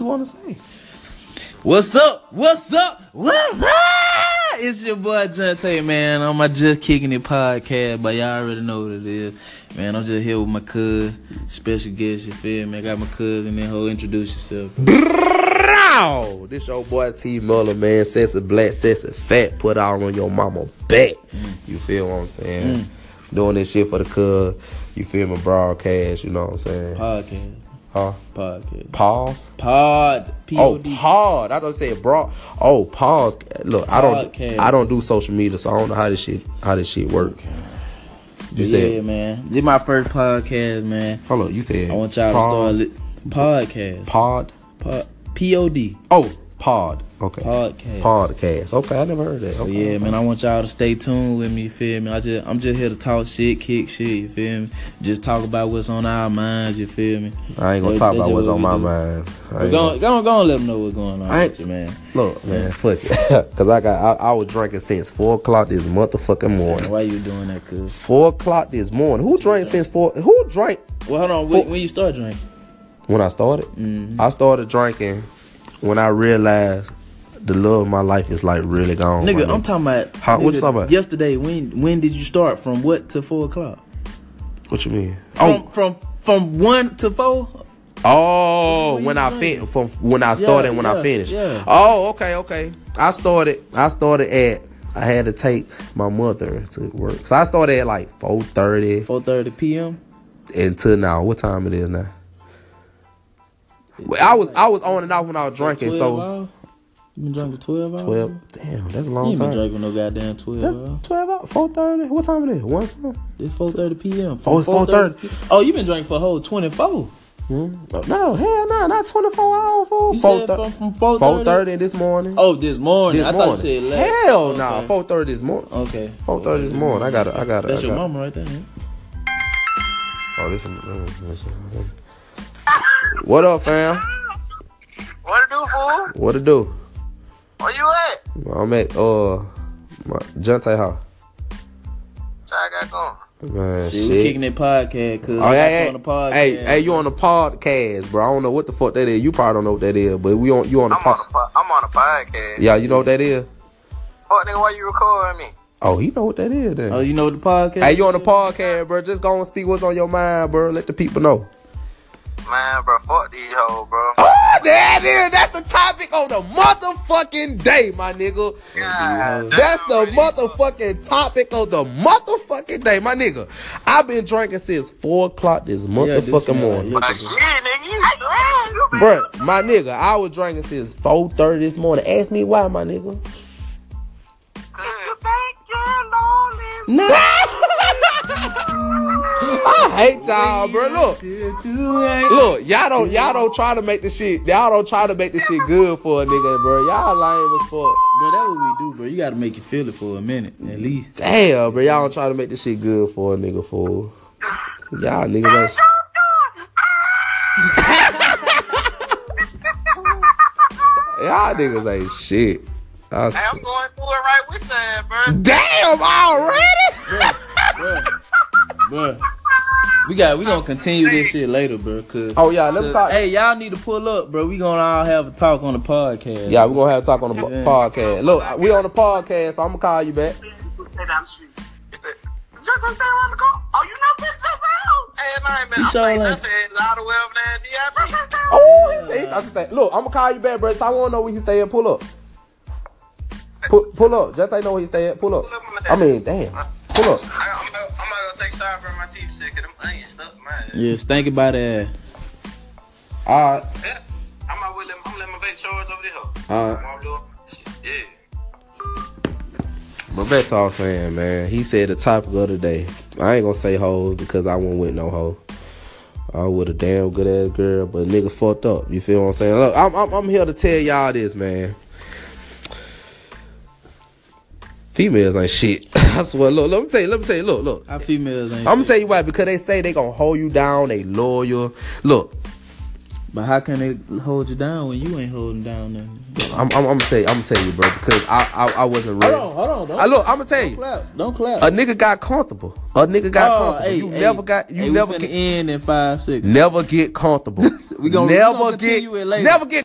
you want to say? What's up? What's up? What's up? It's your boy Jante, man. On my Just Kicking It podcast, but y'all already know what it is. Man, I'm just here with my cuz, special guest, you feel me? I got my cuz and then hoe introduce yourself. Ow! This your boy T Muller, man. Sexy black, sexy fat. Put all on your mama back. You feel what I'm saying? Mm. Doing this shit for the cuz. You feel me? Broadcast. You know what I'm saying? Podcast. Huh? Podcast. Pause. Pod. P O Oh, D. pod. I thought you said broad. Oh, pause. Look, I don't. Podcast. I don't do social media, so I don't know how this shit. How this shit work. You Yeah, said. man. This my first podcast, man. Hold up. You said. I want y'all pause, to start li- podcast. Pod. Pod. P O D. Oh, pod. Okay. Podcast. Podcast. Okay, I never heard that. But Okay. yeah, man, I want y'all to stay tuned with me, you feel me? I just I'm just here to talk shit, kick shit, you feel me? Just talk about what's on our minds, you feel me? I ain't gonna talk That- that's about just what's what on we my do. mind. I But ain't go gonna- on, go on, go on, let them know what's going on I ain't- with you, man. Look, man, fuck it. Cause I got I, I was drinking since four o'clock this motherfucking morning. Why you doing that, cuz? Four o'clock this morning. Who drank since four? Who drank Well, hold on, when, when you start drinking? when I started? Mm-hmm. I started drinking when I realized the love of my life is like really gone. nigga, my I'm talking about. How- what nigga, you talking about? Yesterday, when when did you start? From what to four o'clock? What you mean? From from from one to four? oh, oh, What you when mean I you fin- from when I started and when yeah, I finished. yeah. Oh, okay, okay. I started. I started at. I had to take my mother to work, so I started at like four thirty Four thirty p.m. until now. What time it is now? Well, I was I was on and off when I was drinking, 12 so hours? you been drinking twelve hours? twelve. Damn, that's a You long ain't been time. drinking no goddamn twelve hours. That's twelve. Four thirty. What time it is? One something? It's four thirty p.m. Oh, it's 4:30. Oh, you been drinking for a whole twenty four. Oh, No, hell no, not twenty four hours. Fool. Hmm? You Four said thirty. from, from four Four thirty. thirty this morning. Oh, this morning. this I morning. thought you said last. Hell Okay. nah, four thirty this morning. Okay. Four thirty this morning. I gotta. I gotta. That's I your gotta. mama right there. man. Oh, this. mm, this- mm. What up, fam? What to do, fool? What to do? Where you at? I'm at uh, my Junte House. So I got going. Man, Shit, shit. we kicking that podcast because Oh, I got hey, you hey, on the podcast. hey, hey, you on the podcast, bro? I don't know what the fuck that is. You probably don't know what that is, but we on you on the I'm on pod. a, po- I'm on a podcast. Yeah, you know what that is. Fuck nigga, why you recording me? Oh, he know what that is. Then. Oh, you know what the podcast? hey, you on the podcast, bro? Just go and speak what's on your mind, bro. Let the people know. Man, bro, fuck these hoes, bro. Oh, that is that's the topic on the motherfucking day, my nigga. God, That's the damn, man, motherfucking topic of the motherfucking day, my nigga. I've been drinking since four o'clock this Yeah, this motherfucking man, morning. yeah. Ah, shit, nigga, you strong. Bruh, my nigga, I was drinking since 4.30 this morning. Ask me why, my nigga. You think you're lonely? No. I hate y'all, bro. Look, look, y'all don't, y'all don't try to make the shit, y'all don't try to make the shit good for a nigga, bro. Y'all lame as fuck. Bro, that's what we do, bro. You got to make you feel it for a minute at least. Damn, bro, y'all don't try to make the shit good for a nigga, fool. Y'all niggas ain't. y'all niggas ain't shit. I Hey, s- I'm going through it right with your ass, bro. Damn, already? Bruh, bruh. We got. We gonna continue this shit later, bro. Cause Oh yeah, let me talk. Hey, y'all need to pull up, bro. We gonna all have a talk on the podcast. Yeah, we're gonna have to talk on the bo- Yeah. podcast. Look, we on the podcast, so I'm gonna call you back. You said I'm sweet. You said, Just stay around the corner. Oh, you know, bitch, just out. Hey, man, man, You I'm sure thinking like- just said all the way up now, D.I.P. Just stay around. Oh, he- he- I just say, look, I'm gonna call you back, bro. So I wanna know where he stay at. Pull up. Pull, pull up. Just say know where he stay at. Pull up. I mean, damn. Pull up. I- I'm about I'm about to take shots from my teeth, shit, because them onions stuck in my ass. Yes, think about that. All right. Yeah. I'm out with them. I'm letting my vape charge over there. All right. I'm doing shit. Yeah. But back to what I was saying, man. He said the topic of the day. I ain't gonna say hoe because I went with no hoe. I was with a damn good ass girl, but nigga fucked up. You feel what I'm saying? Look, I'm I'm, I'm here to tell y'all this, man. Females ain't shit. I swear. Look, let me tell you. Let me tell you. Look, look. Our females ain't. I'm gonna shit. tell you why because they say they gonna hold you down. They loyal. Look, But how can they hold you down when you ain't holding down nothing? I'm I'm, I'm gonna tell you. I'm gonna tell you, bro, because I I, I wasn't ready. Hold on, hold on. Don't I look. I'm gonna tell you. clap. Don't clap. A nigga got comfortable. A nigga got Oh, comfortable. hey, you hey, never got. You hey, never we get. finna end in five seconds. Never get comfortable. We gonna- we never gonna get. continue it later. Never get